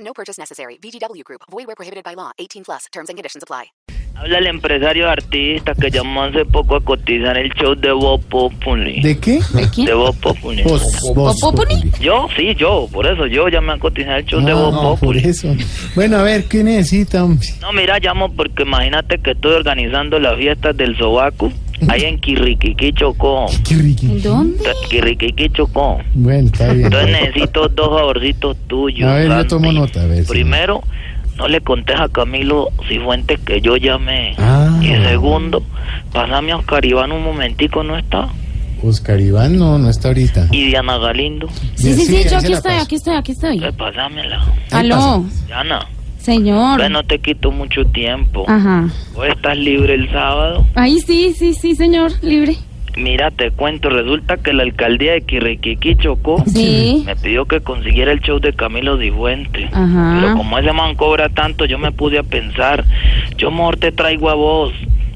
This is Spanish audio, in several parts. No purchase necessary. VGW Group. Void where prohibited by law. 18 plus. Terms and conditions apply. Habla el empresario de artistas que llamó hace poco a cotizar el show de Bob Populi. ¿De qué? ¿De quién? ¿De Bob Populi? Vos. ¿Popopuni? Yo, sí, yo, por eso yo llamé a cotizar el show de Ah, Bob no, por Populi. eso. Bueno, a ver, ¿qué necesita? hombre? No, mira, llamo porque imagínate que estoy organizando las fiestas del Sobaco ahí en Quirriquiqui, Chocó. Qué rico. ¿En dónde? Quirriquiqui, Chocó. Bueno, está bien. Entonces necesito dos favorcitos tuyos. A ver, yo Santi. tomo nota, a ver, sí. Primero, no le contes a Camilo Cifuentes que yo llamé. Ah. Y segundo, pasame a Oscar Iván un momentico, ¿no está? Oscar Iván no, no está ahorita. Y Diana Galindo. Sí, sí, ahí sí, yo se aquí la estoy, paso. aquí estoy, aquí estoy. Pues pásamela. Ahí Aló, Diana, señor. pues no te quito mucho tiempo. Ajá. Vos estás libre el sábado. Ahí sí, sí, sí, señor, libre. Mira, te cuento, resulta que la alcaldía de Quirriquiqui Chocó Sí. me pidió que consiguiera el show de Camilo Cifuentes. Pero Ajá. como ese man cobra tanto, yo me pude a pensar, yo mejor te traigo a vos,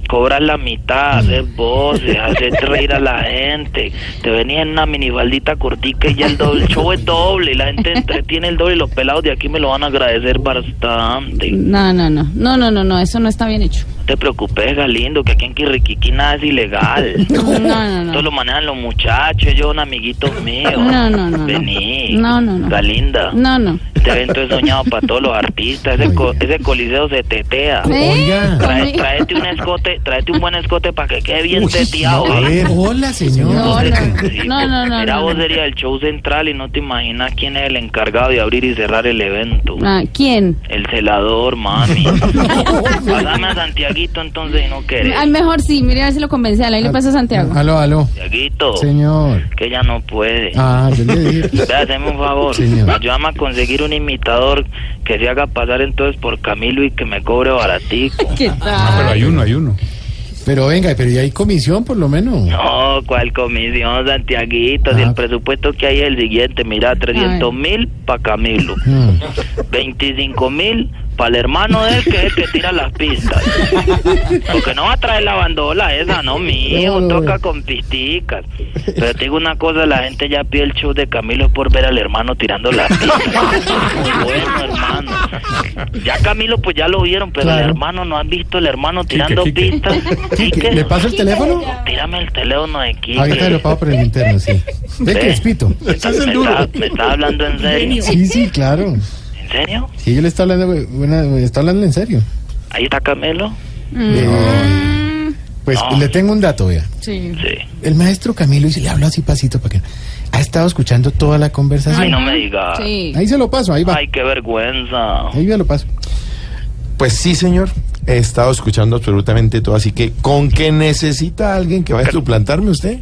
cobras la mitad, haces voces, haces reír a la gente, te venía en una minibaldita cortica y ya el, doble, el show es doble, la gente entretiene el doble y los pelados de aquí me lo van a agradecer bastante. No, no, no, no, no, no, no, eso no está bien hecho. No te preocupes, Galindo, que aquí en Quirriquiqui nada es ilegal. No, no, Esto no. lo manejan los muchachos, ellos son amiguitos míos. No, no, no, no. Vení. No, no, no. Galinda. No, no. Este evento es soñado para todos los artistas. Ese, co- ese coliseo se tetea. ¿Eh? Oiga. Trae- Conmigo. tráete un escote, tráete un buen escote para que quede bien teteado. A ¿eh? ver, hola, señor. No, no. Sí, pues, No, no, no, Mira, no, vos no. sería el show central y no te imaginas quién es el encargado de abrir y cerrar el evento. Ah, ¿Quién? El celador, mami. Pásame a Santiaguito entonces y no querés. Ay, mejor sí, mire a ver si lo convence. Ahí Ah, le pasa a Santiago. Aló, aló. Santiaguito, Señor. que ella no puede. Ah, yo le dije. Ve, Hazme un favor, Señor. ayúdame a conseguir un imitador que se haga pasar entonces por Camilo y que me cobre baratico. ¿Qué ah, tal? hay uno, hay uno. Pero venga, pero ya hay comisión por lo menos. No, ¿cuál comisión, Santiaguito? Si Ah. el presupuesto que hay es el siguiente, mira, 300 mil para Camilo, Mm. 25 mil para el hermano de él que es el que tira las pistas. Porque no va a traer la bandola esa, no, mijo, No, no, toca no. con pisticas. Pero te digo una cosa, la gente ya pide el show de Camilo por ver al hermano tirando las pistas. Muy bueno, hermano. Ya Camilo pues ya lo vieron, pero el Claro. hermano no han visto el hermano tirando Quique. pistas. Quique, ¿Le paso el teléfono? Tírame el teléfono de Quique. Ahorita lo pago por el interno, sí. Ve Ve. que es pito. Me está- me está- me está hablando en serio. Sí, sí, claro. ¿En serio? Sí, yo le estoy hablando, bueno, está hablando en serio. Ahí está Camilo. Mm, Eh, Pues No. le tengo un dato, vea. Sí. Sí. El maestro Camilo, y se le hablo así pasito para que ha estado escuchando toda la Ay, conversación. no me digas. Sí. Ahí se lo paso, ahí va. Ay, qué vergüenza. Ahí ya lo paso. Pues sí, señor. He estado escuchando absolutamente todo, así que ¿con qué necesita alguien que vaya a suplantarme usted?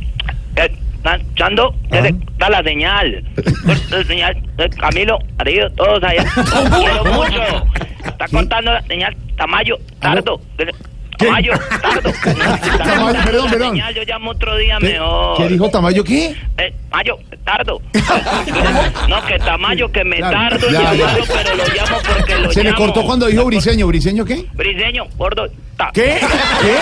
Eh, na- Chando, ya Ah. se- da la señal. Corta la señal. Eh, Camilo, arriba, todos allá. Los Quiero mucho. Está cortando la señal. Tamayo, Tardo. Tamayo, Tardo. Está Tamayo, cortando perdón, la perdón. señal, Yo llamo otro día ¿Qué, mejor. qué dijo Tamayo? ¿Qué? Eh, Mayo, tardo. No, que Tamayo, que me Claro, tardo en ya, ya. llamarlo, pero lo llamo porque lo Se le llamo. cortó cuando dijo Briseño. ¿Briseño qué? Briseño, gordo. ta- ¿Qué? ¿Qué?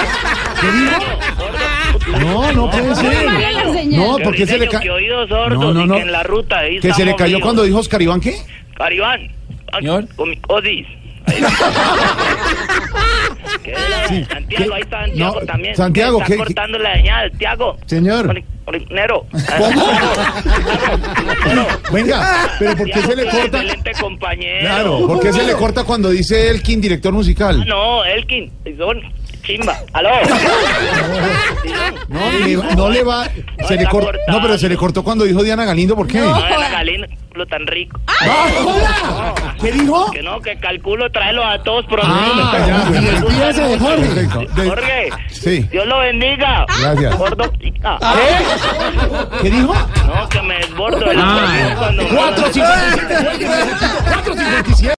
No, no puede Vale ser. la señal. No, Que porque se le Briseño, cayó. que oídos sordos No, no, y no. que en la ruta ahí Que se le estamos cayó vivos. cuando dijo Oscar Iván qué? Caribán. ay, Señor. Con mi cosis. Ahí está. ¿Qué? Santiago, ahí está Santiago No, también. Santiago, está ¿qué- cortando la señal, Tiago. Señor. Oli- Olinero. ¿Cómo? Olinero. Venga, pero ¿por qué Tiago, se le un corta? Excelente compañero. Claro, ¿por qué se le corta cuando dice Elkin, director musical? No, Elkin, son chimba. Aló. No, le- eh, no le va. Se le cor- no, pero se le cortó cuando dijo Diana Galindo, ¿por qué? No, era Galindo, lo tan rico. ¡Ah, hola! ¿Qué dijo? Que no, que calculo traerlos a todos por Ah, ya. El día se dejó. Perfecto. De- Jorge, Sí. Dios lo bendiga. Gracias. Gordo. Ah, ¿Qué dijo? no, que me desbordo. el cuando- 457. 457.